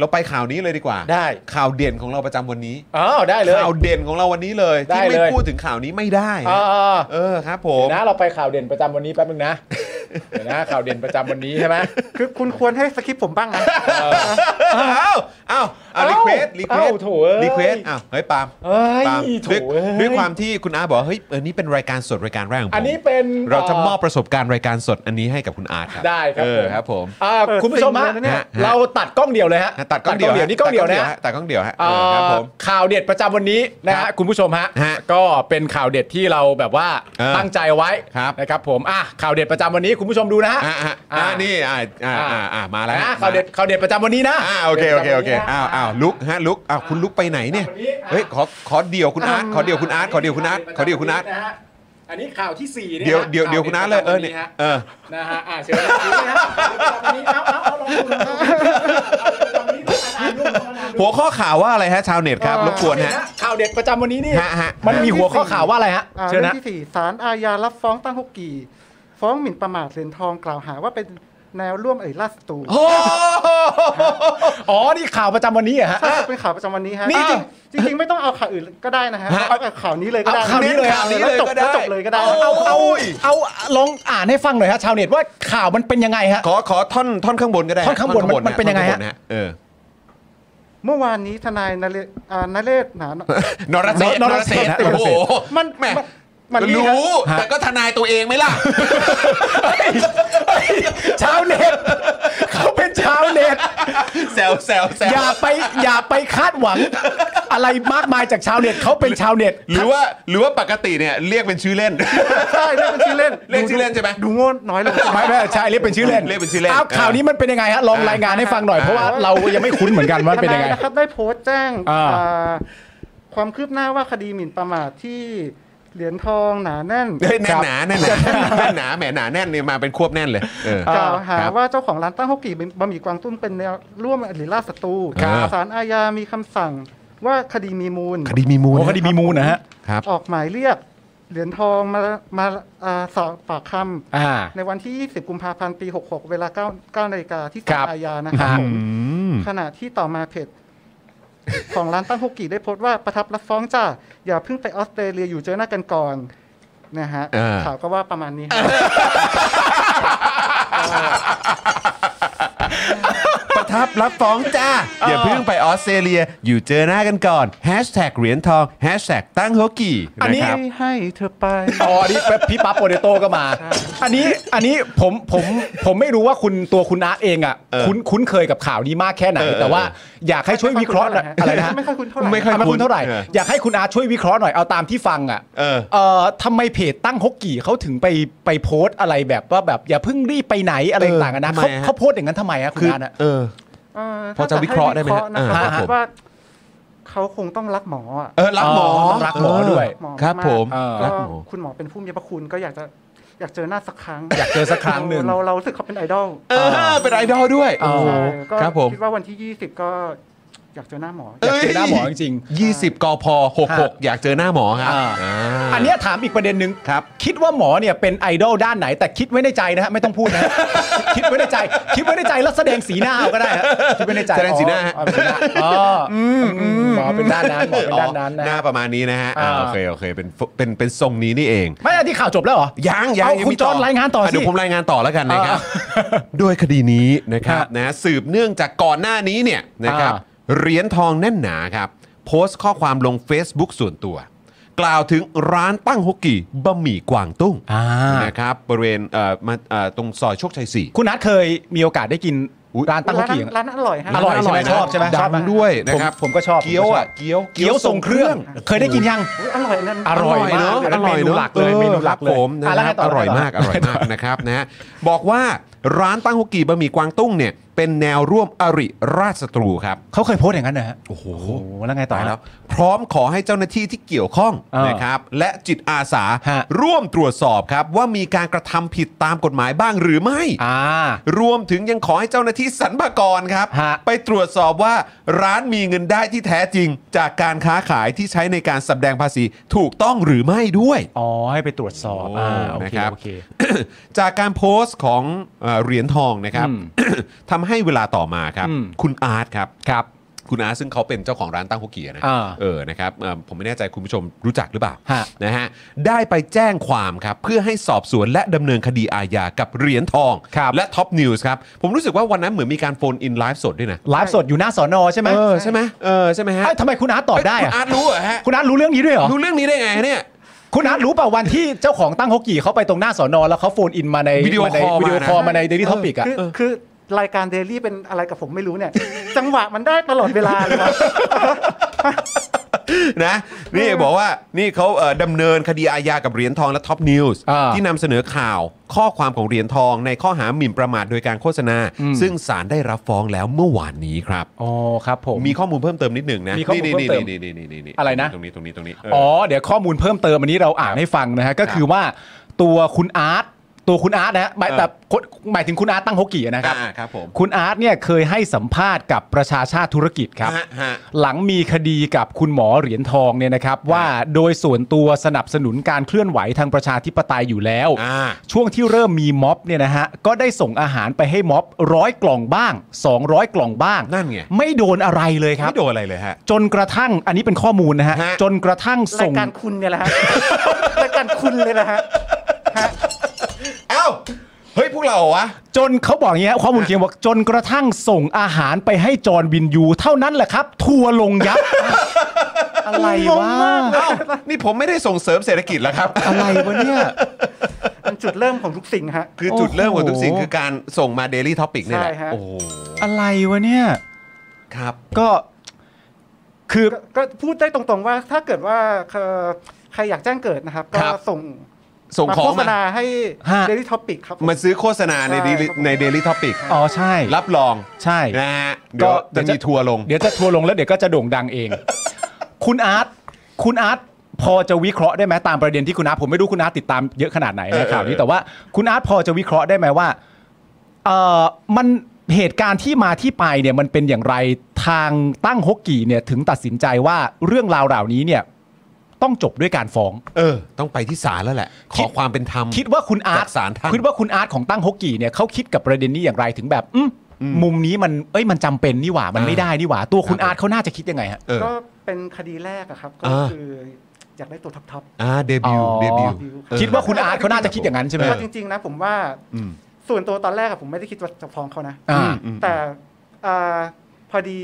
เราไปข่าวนี้เลยดีกว่า ได้ ข่าวเด่นของเราประจำวันนี้ อ๋อได้เลย ข่าวเด่นของเราวันนี้เลย ได้ ที่ไม่ เลย พูดถึงข่าวนี้ไม่ได้ อ่ นะ า เออครับผ ๆ ม นะเราไปข่าวเด่นประจำวันนี้แป๊บนึงนะ เดี๋ยว นะข่าวเด่นประจำวันนี้ใช่ไหม คือคุณควรให้สคริปต์ผมบ้างนะ เอ้าเอ้าเอา เอ้า รีเควสรีเควส เอ้าโถ่เอ้ย รีเควสอ้าวเฮ้ยปาล์ม เอ้ย ปาล์ม โถ่ ด้วย เอ้ย ด้วยความที่คุณอาร์ตบอกว่าเฮ้ยเออนี่เป็นรายการสดรายการแรกของผม อันนี้เป็น เราจะมอบประสบการณ์รายการสดอันนี้ให้กับคุณอาร์ตครับ ได้ครับ เออ ผม ครับผม อ่า เปิด คุณผู้ชม ซิง ฮะ เลยนะเนี่ย เราตัดกล้องเดียวเลยฮะ ตัดกล้องเดียวฮะ นี่กล้องเดียวนะฮะ ตัดกล้องเดียวฮะเออครับผม อ่าข่าวเด็ดประจำวันนี้นะ ครั ฮะ บ คุณผู้ชมฮะ ฮะ ก็เป็นข่าวเด็ดที่เราแบบว่า เออ ตั้งใจเอาไว้ ครับ นะครับผมอ่ะข่าวเด็ดประจำวันนี้คุณผู้ชมดูนะฮะ อ่ะอ่ะอ่ะนี่อ่ะอ่ะอ่ะอ่ะมาแล้ว นะข่าวเด็ดข่าวเด็ดประจำวันนี้นะ อ่ะโอเคโอเคโอเค ด็ดประจำวันนี้นะ อ้าวอ้าวลุกฮะลุกอ้าวคุณลุกไปไหนเนี่ย วันนี้อ่ะ เฮ้ยขอขอเดี่ยวคุณอาร์ตขอเดี่ยวคุณอาร์ตขอเดี่ยวคุณอาร์ตขอเดี่ยวคุณอาร์ต นะฮะอันนี้ข่าวที่สี่นี่ฮะ เดี๋ยวเดี๋ยวเดี๋ยวคุณอาร์ตเลยเออเนี่ย ข่าวด็ดประจำวัฮะ เออ นะฮะ อ่าเชิญนะครับวันนี้เอาเอาเอาลองดูลองดูลองดูลองอ่านดูลองอ่านดู หัวข้อข่าวว่าอะไรฮะชาวเน็ตครับรบกวนฮะ ข่าวเด็ดประจำวันนี้นี่ ฮะฮะ มันมีหัวข้อข่าวว่าอะไรฮะ อ่า เชิ เรื่ ญ อง นะ ที่สี่ศาลอาญารับฟ้องตั้งฮกกีฟ้องหมิ่นประมาทเหรียญทองกล่าวหาว่าเป็นแนวร่วมเอ่ยล่าศัตรู โอ้โห อ๋อ นี่ข่าวประจำวันนี้เหรอฮะ ใช่ครับเป็นข่าวประจำวันนี้ฮะ นี่ จริงจริงๆไม่ต้องเอาข่าวอื่นก็ได้นะฮะ ฮะ เอาแบบข่าวนี้เลยก็ได้ เอาข่าวนี้เลย แวจบแล้วจบเลยก็ได้ เอาเอาเอา เอาลองอ่านให้ฟังหน่อยฮะชาวเน็ตว่าข่าวมันเป็นยังไงฮะ ขอขอท่อนท่อนข้างบนก็ได้ฮะ ท่อนข้างบนมันเป็นยังไงท่อฮะข้าบนเออ เมื่อวานนี้ทนายนเรศอ่านเรศหนาน นรเศษ นรเศษฮะ โอ้โห มัน แหม่ มันนี่ฮะ รู้แต่ก็ทนายตัวเองไหมล่ะ ชาวเน็ตเขาเป็นชาวเน็ต แซวแซวแซว อย่าไปอย่าไปคาดหวัง อะไรมากมายจากชาวเน็ตเขาเป็นชาวเน็ต หรือว่าหรือว่าปกติเนี่ยเรียกเป็นชื่อเล่น ใช่เรียกเป็นชื่อเล่น เรียกชื่อเล่นใช่ไหม ดูโง่น้อยลง ไม่ไม่ใช่เรียกเป็นชื่อเล่น เรียกเป็นชื่อเล่น อ้าว เออ ข่าวนี้มันเป็นยังไงฮะลองรายงานให้ฟังหน่อย เพราะว่า อ่า เรายังไม่คุ้นเหมือนกันว่าเป็นยังไง ทายนะครับได้โพสต์แจ้ง อ่า อ่าความคืบหน้าว่าคดีหมิ่นประมาทที่เหรียญทองหนาแน่น เฮ้ยแน่นหนาแน่นหนาแน่นหนาแหมหนาแน่นเนี่ยมาเป็นควบแน่นเลยเออ กล่าวหา ครับ ว่าเจ้าของร้านตั้งฮกกี้บะหมี่กวางตุ้งเป็นแนวร่วมหรือล่าศัตรู ครับ ศาลอาญามีคำสั่งว่าคดีมีมูล คดีมีมูล โอ้คดีมีมูลนะฮะ ครับ ออกหมายเรียก เหรียญทองมามาอ่าสอบปากค อ่า ำในวันที่ 20 กุมภาพันธ์ ปี 66 เวลา9 9นาฬิกาที่ ค ศา รั ล บ อาญานะครับผม อืม ขณะที่ต่อมาเพจ ของร้านตั้งฮกกี้ได้โพสต์ว่าประทับรับฟ้องจ้า อย่าเพิ่งไปออสเตรเลียอยู่เจอหน้ากันก่อนนะฮะ อ่า ข่าวก็ว่าประมาณนี้ฮะ ประทับรับฟ้องจ้า อย่าเพิ่งไปออสเตรเลีย อยู่เจอหน้ากันก่อนแฮชแท็กเหรียญทองแฮชแท็กตั้งฮกกี้ อันนี้ ะครับ ให้เธอไป อ๋อนี่พี่ปั๊บโปเตโต้ก็มา อันนี้อันนี้ผมผมผมไม่รู้ว่าคุณตัวคุณอาร์ตเองอ่ะ เออ คุ้นคุ้นเคยกับข่าวนี้มากแค่ไหน เออ แต่ว่าอยากให้ช่วยวิเคราะห์หน่อยอะไรนะฮะ ไม่ค่อยคุ้นเท่าไหร่ ไม่ค่อย คุ้นเท่าไหร่ เออ อยากให้คุณอาร์ตช่วยวิเคราะห์หน่อยเอาตามที่ฟังอ่ะ เออ เอ่อทำไมเพจตั้งฮกกี่เขาถึงไปไปโพสต์อะไรแบบว่าแบบอย่าเพิ่งรีบไปไหนอะไรต่างๆอะนะเขาเขาโพสต์อย่างนั้นทำไมอะคุณ คือ อาร์ตอะ เออ เอ่อ พอจะวิเคราะห์ได้ไหมฮะ ถ้จให้วิเคราะห์นะ อ่า ครับผมว่าเขาคงต้องรักหมออะ เออรักหมอ อ๋อต้องรักหมอด้วย เหมอครับผม เออ รั ก็ กหมอ คุณหมอเป็นผู้มีพระคุณก็อยากจะอยากเจอหน้าสักครั้ง อยากเจอสักครั้งหนึ่ง เราเราเรารู้สึกเขาเป็นไอดอล เออเป็นไอดอลด้วย อ๋อ โอ้โห ใช่ก็ ครับผม คิดว่าวันที่ 20 ก็อยากเจอหน้าหมอ อยากเจอหน้าหมอจริง ๆยี่สิบกพ66 อยากเจอหน้าหมอครับ อ่า อ่า อันเนี้ยถามอีกประเด็นหนึ่ง ครับ คิดว่าหมอเนี่ยเป็นไอดอลด้านไหน แต่คิดไว้ในใจนะฮะไม่ต้องพูดนะฮะ คิดไว้ในใจ คิดไว้ในใจแล้วแสดงสีหน้าเอาก็ได้ฮะคิดไว้ในใจ แสดงสีหน้า อ๋ออ๋ออ๋อออืมหมอเป็นด้านนั้นหมอเป็นด้านนั้นนะ หน้าประมาณนี้นะฮะอ่า อ่า โอเคโอเคเป็นเป็นเป็นทรงนี้นี่เอง ไม่อันที่ข่าวจบแล้วเหรอ ยังยัง เอา ยั คุ มี ณจอห์นรายงานต่อสิ ะเดี๋ยวผมรายงานต่อแล้วกันนะครับ โดยคดีนี้นะครับ ฮะ นะสืบเนื่องจากก่อนหน้านี้เนี่ยนะครับ อ่า เหรียญทองแน่นหนาครับ โพสต์ข้อความลง Facebook ส่วนตัว กล่าวถึงร้านตั้งฮกกี้บะหมี่กวางตุ้ง อ่า นะครับบริเวณเอ่อมาเอ่อตรงซอยโชคชัย 4 คุณนัทเคยมีโอกาสได้กิน อุ๊ย ร้านตั้งข้าว ร้าน เกีย นั้ ง นร้านนั้นอร่อยฮะ อร่อยใช่ไหม นะ ชอบใช่ไหมช ดั องบไหม ด้วยนะครับ ผมผมก็ชอบ เกี๊ยวอ่ะ ผมก็ชอบ เกี๊ยว เกี๊ยวทรงเครื่อง เคยได้กินยัง อุ๊ยอร่อยนั่น อร่อย มาก อร่อย เมนูหลักเลย ออ เมนูหลักเลคยรับผมนะ อ่ะแล้ว ค ไง รับ ต่อ อ อ ร่อยมากอ แล้วไงร่อยต่อมากนะครับนะฮะบอกว่าร้านตั้งฮกกี้บะหมี่กวางตุ้งเนี่ยเป็นแนวร่วมอริราชศัตรูครับ เขาเคยโพสต์อย่างนั้นนะฮะ โอ้โห แล้วไงต่อ ตาย ฮะ แล้วพร้อมขอให้เจ้าหน้าที่ที่เกี่ยวข้อง เออ นะครับและจิตอาสา ฮะ ร่วมตรวจสอบครับว่ามีการกระทำผิดตามกฎหมายบ้างหรือไม่ อ่า รวมถึงยังขอให้เจ้าหน้าที่สรรพากรครับ ฮะ ไปตรวจสอบว่าร้านมีเงินได้ที่แท้จริง จากการค้าขายที่ใช้ในการสำแดงภาษีถูกต้องหรือไม่ด้วย อ๋อให้ไปตรวจสอบอ่าโอ นะ เค ครับ โอเค จากการโพสต์ของเอ่อเหรียญทองนะครับ อืม ทำ ให้เวลาต่อมาครับ อืม คุณอาร์ตครับ ครับ คุณอาร์ตซึ่งเขาเป็นเจ้าของร้านตั้งฮกเกียนะ อ่า เออนะครับเอ่อผมไม่แน่ใจคุณผู้ชมรู้จักหรือเปล่า ฮะ นะฮะได้ไปแจ้งความครับ เพื่อให้สอบสวนและดำเนินคดีอาญากับเหรียญทอง และท็อปนิวส์ครับ ผมรู้สึกว่าวันนั้นเหมือนมีการโฟนอินไลฟ์สดด้วยนะ ไลฟ์สดอยู่หน้าสอนอใช่ไหม เออใช่ไหมเออใช่ไหมฮะ เอ้ยทำไมคุณอาร์ตตอบได้ เยคุณ อะ อาร์ตรู้เหรอฮะ คุณอาร์ตรู้เรื่องนี้ด้วยเหรอ รู้เรื่องนี้ได้ไงเนี่ย คุณอาร์ตรู้เปล่าวันที่เจ้าของตั้งฮกกี่เขาไปตรงหน้าสอนอแล้วเขาโฟนอินมาใน วิดีโอ มาใน คอล วิดีมาโอนะ คอลมาในเดลี่ท็อปิกอะ คือคือรายการเดลี่เป็นอะไรกับผมไม่รู้เนี่ย จังหวะมันได้ตลอดเวลาเลยครับ นะนี่บอกว่านี่เขาเอ่อดำเนินคดีอาญากับเหรียญทองและท็อปนิวส์ อ่า ที่นำเสนอข่าวข้อความของเหรียญทองในข้อหาหมิ่นประมาทโดยการโฆษณา อืม ซึ่งศาลได้รับฟ้องแล้วเมื่อวานนี้ครับ อ๋อครับผม มีข้อมูลเพิ่มเติมนิดหนึ่งนะ มีข้อมูลเพิ่มเติม นี่นี่นี่นี่นี่ อะไรนะ ตรงนี้ตรงนี้ตรงนี้เ อ๋อเดี๋ยวข้อมูลเพิ่มเติมอันนี้เราอ่านให้ฟังนะฮะก็คือว่าตัวคุณอาร์ตตัวคุณอาร์ตนะฮะหมาย เออ แต่คนหมายถึงคุณอาร์ตตั้งฮกกี่นะครับ อ่าครับผม คุณอาร์ตเนี่ยเคยให้สัมภาษณ์กับประชาชาติธุรกิจครับ ฮะฮะ หลังมีคดีกับคุณหมอเหรียญทองเนี่ยนะครับ ว่าโดยส่วนตัวสนับสนุนการเคลื่อนไหวทางประชาธิปไตยอยู่แล้ว อ่า ช่วงที่เริ่มมีม็อบเนี่ยนะฮะก็ได้ส่งอาหารไปให้ม็อบร้อยกล่องบ้าง 200 กล่องบ้าง นั่นไง ไม่โดนอะไรเลยครับ ไม่โดนอะไรเลยฮะ จนกระทั่งอันนี้เป็นข้อมูลนะฮะ ฮะ จนกระทั่ง รา ส่ ย ง การคุณเนี่ยแหละ ฮะ รายการคุณเลยนะฮะฮะ เอ้าเฮ้ยพวกเราเหรอวะ จนเขาบอกอย่างเงี้ยข้อมูลเขียนบอกจนกระทั่งส่งอาหารไปให้จอร์นวินยู เท่านั้นแหละครับ ทัวร์ลงยับ อะไร งง วะ มาก เอ้านี่ผมไม่ได้ส่งเสริมเศรษฐกิจแล้วครับ อะไรวะเนี่ย มันจุดเริ่มของทุกสิ่งฮะ คือจุดเริ่มของทุกสิ่ง โอ้โห คือการส่งมา Daily Topic เนี่ยแหละ ใช่ฮะ โอ้โห อะไรวะเนี่ย ครับ ก็คือ ก็ก็พูดได้ตรงๆว่าถ้าเกิดว่าเอ่อใครอยากแจ้งเกิดนะครับ ก็ ครับ ส่ง ส่ง มา ขอ โฆ ง ษ มา ณาให้ ฮะ Daily Topic ครับผม มาซื้อโฆษณาใน ใช่ Daily- ใน Daily Topic อ๋อใช่ รับรอง ใช่ นะฮะเดี๋ยว เดี๋ จะ ยมีวจะ ทัวร์ลง เดี๋ยวจะทัวร์ลงแล้วเดี๋ยวก็จะโด่งดังเอง คุณอาร์ตคุณอาร์ตพอจะวิเคราะห์ได้ไหมตามประเด็นที่คุณอาร์ตผมไม่รู้คุณอาร์ตติดตามเยอะขนาดไหน เออ นะข่าวนี้ เออ แต่ว่าคุณอาร์ตพอจะวิเคราะห์ได้ไหมว่าเออมันเหตุการณ์ที่มาที่ไปเนี่ยมันเป็นอย่างไรทางตั้งฮกกี่เนี่ยถึงตัดสินใจว่าเรื่องราวเหล่านี้เนี่ยต้องจบด้วยการฟ้อง เออ ต้องไปที่ศาลแล้วแหละ ข คิ อ ด ความเป็นธรรม คิดว่าคุณอาร์ต จากศาลท่าน คิดว่าคุณอาร์ตของตั้งฮกกี่เนี่ยเขาคิดกับประเด็นนี้อย่างไรถึงแบบอืมมุมนี้มันเอ้ยมันจำเป็นนี่หว่ามันไม่ได้นี่หว่า ตัวคุณอาร์ตเขาน่าจะคิดยังไงฮะ เออ ก็เป็นคดีแรกอะครับ ก็ อ่า คืออยากได้ตัวท็อป อ่าเดบิว อ๋อ เดบิว เออ คิดว่าคุณอาร์ตเขาน่าจะคิดอย่างนั้น ๆ ใช่ไหม ก็จริง ๆ นะผมว่า อืม ส่วนตัวตอนแรกอะผมไม่ได้คิดว่าจะฟ้องเขานะ อ่า แต่อ่าพอดี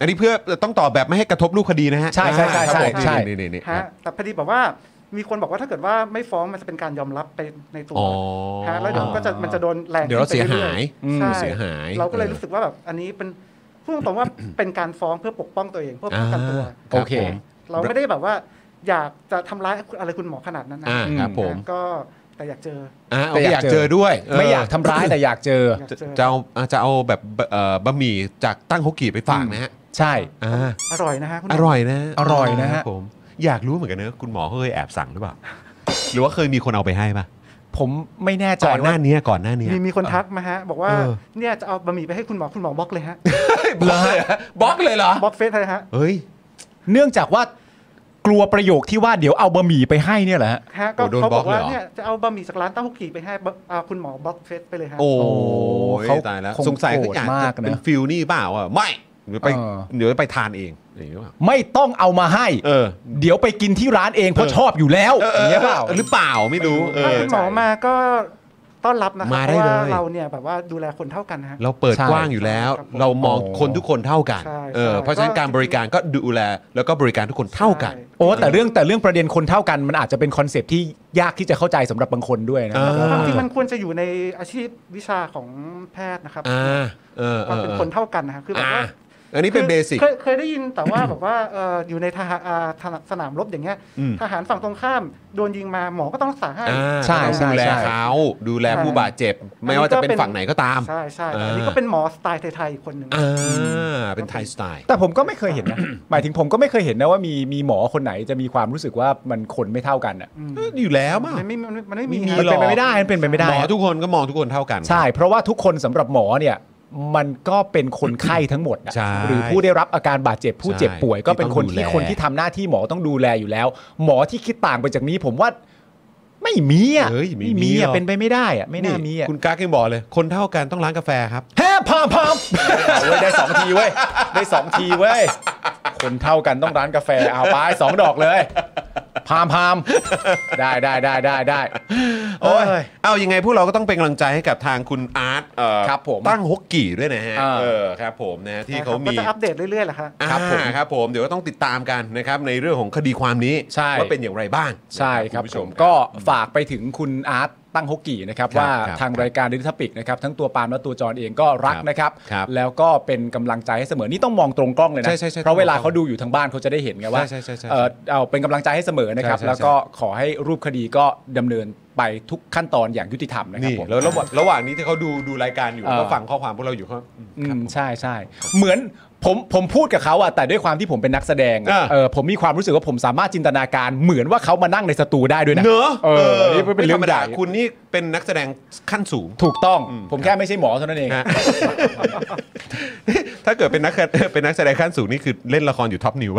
อันนี้เพื่อต้องตอบแบบไม่ให้กระทบรูปคดีนะฮะ ใช่ใช่ใช่ อ่าครับผม ใช่ นี่นี่นี่ ฮะแต่พอดีบอกว่ามีคนบอกว่าถ้าเกิดว่าไม่ฟ้องมันจะเป็นการยอมรับไปในตัว อ๋อ ฮะแล้วเดี๋ยวก็จะมันจะโดนแรง เดี๋ยวเราเสียหาย ขึ้นไปอืมเรื่อๆเสียหาย เราก็เลยรู้สึกว่าแบบอันนี้เป็นพูดตรงๆว่า เป็นการฟ้องเพื่อปกป้องตัวเองเพื่อป้องกันตัว อ่า โอเค รับผม เราไม่ได้แบบว่าอยากจะทำร้ายอะไรคุณหมอขนาดนั้นนะ อ่าครับผม นะก็แต่อยากเจอ อ่าโอ แต่ เคออายยาก ก เจ เจ อ อด้วยเ ไม่อยากทำร้ายแต่อยากเจอ อยาก จะ เจอ จะเอาอ่าจะเอาแบบเอ่อบะหมี่จากตั้งฮกกี้ไปฝากนะฮะ ใช่ อ่า อร่อยนะฮะคุณหม อร่อยนะ อร่อยนะคฮะรับผมอยากรู้เหมือนกันนะคุณหมอเคยแอบสั่งหรือเปล่า หรือว่าเคยมีคนเอาไปให้ปะ ผมไม่แน่ใจ ก่อนห ว่า น้านี้ก่อนหน้านี้ มีมีคนทักมาฮะ บอกว่า เออ เนี่ยจะเอาบะหมี่ไปให้คุณหมอคุณหมอบล็อก เลยฮะ บล็อกเลยบล็อกเลยเหรอบ ล็อกเฟซเลยฮะ เฮ้ย เนื่องจากว่ากลัวประโยคที่ว่าเดี๋ยวเอาบะหมี่ไปให้เนี่ยแหละฮะ ฮะก็ โอ้โดน เขา บล็ บ อ อก ก เลย ว่า เหรอ เนี่ยจะเอาบะหมี่จากร้านเต้าหู้กี่ไปให้บะอ่าคุณหมอบล็อกเฟซไปเลยฮะ โอ้ย เขา ตายแล้ว คง สงสัยทุกอย่าง โกรธมาก จะ นะ เป็นฟิลนี่เปล่าอ่ะไม่เดี๋ยวไป เออ เดี๋ยวไปทานเองอย่างนี้เปล่า ไม่ต้องเอามาให้ เออ เดี๋ยวไปกินที่ร้านเองเพราะชอบอยู่แล้วอย่างเงี้ยเปล่า หรือเปล่าไม่รู้เอ ถ้า อ คุณหมอมาก็ต้อนรับนะครับ มา เพ ได้ ราะว่า เลย เราเนี่ยแบบว่าดูแลคนเท่ากันฮะ เราเปิด ใช่ กว้างอยู่แล้ว ครับผม เรามอง โอ้ คนทุกคนเท่ากัน ใช่ เออ ใช่ เพราะฉะนั้นการบริการก็ดูแลแล้วก็บริการทุกคนเท่ากัน โอ้แต่เรื่องแต่เรื่องประเด็นคนเท่ากันมันอาจจะเป็นคอนเซปต์ที่ยากที่จะเข้าใจสำหรับบางคนด้วยนะ เออ ความจริงมันควรจะอยู่ในอาชีพวิชาของแพทย์นะครับ อ่าเออ ความเป็นคนเท่ากันนะฮะคือแบบ อ่า ว่า อันนี้เป็นเบสิก คยเคยได้ยินแต่ว่า แบบว่าเอ่ออยู่ในทหารอ่าทหารสนามรบอย่างเงี้ย อืม ทหารฝั่งตรงข้าม โดนยิงมาหมอก็ต้องรักษาให้ อ่า ใช่ ต้อง ใช่ ดูแล ใช่ เขาดูแลผู้บาดเจ็บ ไม่ว่าจะเป็นฝั่งไหนก็ตาม ใช่ใช่แต่อันนี้ อ่า ก็เป็นหมอสไตล์ไทยๆอีกคนหนึ่ง อ่าเป็นไทยสไตล์ แต่ผมก็ไม่เคยเห็นนะ หมายถึงผมก็ไม่เคยเห็นนะว่ามีมีหมอคนไหนจะมีความรู้สึกว่ามันคนไม่เท่ากันอ่ะ เอ้ยอยู่แล้วมั้ง มันไม่มันไม่มันไม่ ไม่ มี มี ฮะ มันเป็นไป หรอก ไม่ได้มันเป็นไปไม่ได้ หมอทุกคนก็มองทุกคนเท่ากัน ใช่ เพราะว่าทุกคนสำหรับหมอเนี่ยมันก็เป็นคนไข้ทั้งหมดอะ ใช่ หรือผู้ได้รับอาการบาดเจ็บผู้เจ็บป่วย ใช่ ก็เป็นคนที่ ที่ต้องดูแล คนที่ทำหน้าที่หมอต้องดูแลอยู่แล้ว หมอที่คิดต่างไปจากนี้ผมว่า ไม่ ไม่มีอ่ะ เอ้ยไม่มี มี หร อ่ะ อก เป็นไปไม่ได้อ่ะไม่น่ามีอ่ะ คุณกากยังบอกเลย คนเท่ากันต้องร้านกาแฟครับ แฮ่พามพามเอาเว้ยได้สองทีเว้ยได้สองทีเว้ยคนเท่ากันต้องร้านกาแฟเอาไปสองดอกเลยพามพามได้ได้ได้ได้ได้โอ้ โอ้ย ย เอายังไงพวกเราก็ต้องเป็นกำลังใจให้กับทางคุณอาร์ตเอ่อ ครับผม ตั้งฮกกี่ด้วยนะฮะ อ่า เออครับผมนะฮะที่เขา ก็ มี จะอัปเดตเรื่อยๆแหละฮะ ครับผมครับผมเดี๋ยวก็ต้องติดตามกันนะครับในเรื่องของคดีความนี้ ใช่ ว่าเป็นอย่างไรบ้าง ใช่ นะ ค ค รั รั บบ ผ ผม ม ก็ฝากไปถึงคุณอาร์ตตั้งฮกกี้นะครับ ครับ ว่า ครับ ทางรายการดิจิทัลปิกนะครับทั้งตัวปาล์มและตัวจอนเองก็รัก ครับ นะครับ ครับ แล้วก็เป็นกำลังใจให้เสมอนี่ต้องมองตรงกล้องเลยนะ ใช่ใช่ใช่ เพราะเวลาเขาดูอยู่ทางบ้านเขาจะได้เห็นไงว่า ใช่ใช่ใช่ใช่ เอ่อเอาเป็นกำลังใจให้เสมอนะครับ ใช่ใช่ แล้วก็ขอให้รูปคดีก็ดำเนินไปทุกขั้นตอนอย่างยุติธรรมนะครับ นี่ ผม แล้วระหว่างระหว่างนี้ที่เขาดูดูรายการอยู่ เออ ก็ฟังข้อความพวกเราอยู่เขาอืม อืมใช่ใช่เหมือนผมผมพูดกับเขาอะแต่ด้วยความที่ผมเป็นนักแสดงอะ อ่า เออผมมีความรู้สึกว่าผมสามารถจินตนาการเหมือนว่าเขามานั่งในสตูได้ด้วยนะ เนอะ เออนี่เป็นเรื่องใหญ่ คุณนี่เป็นนักแสดงขั้นสูง ถูกต้อง ผมแค่ไม่ใช่หมอเท่านั้นเอง ฮะ ถ้าเกิดเป็นนักเป็นนักแสดงขั้นสูงนี่คือเล่นละครอยู่ท็อปนิว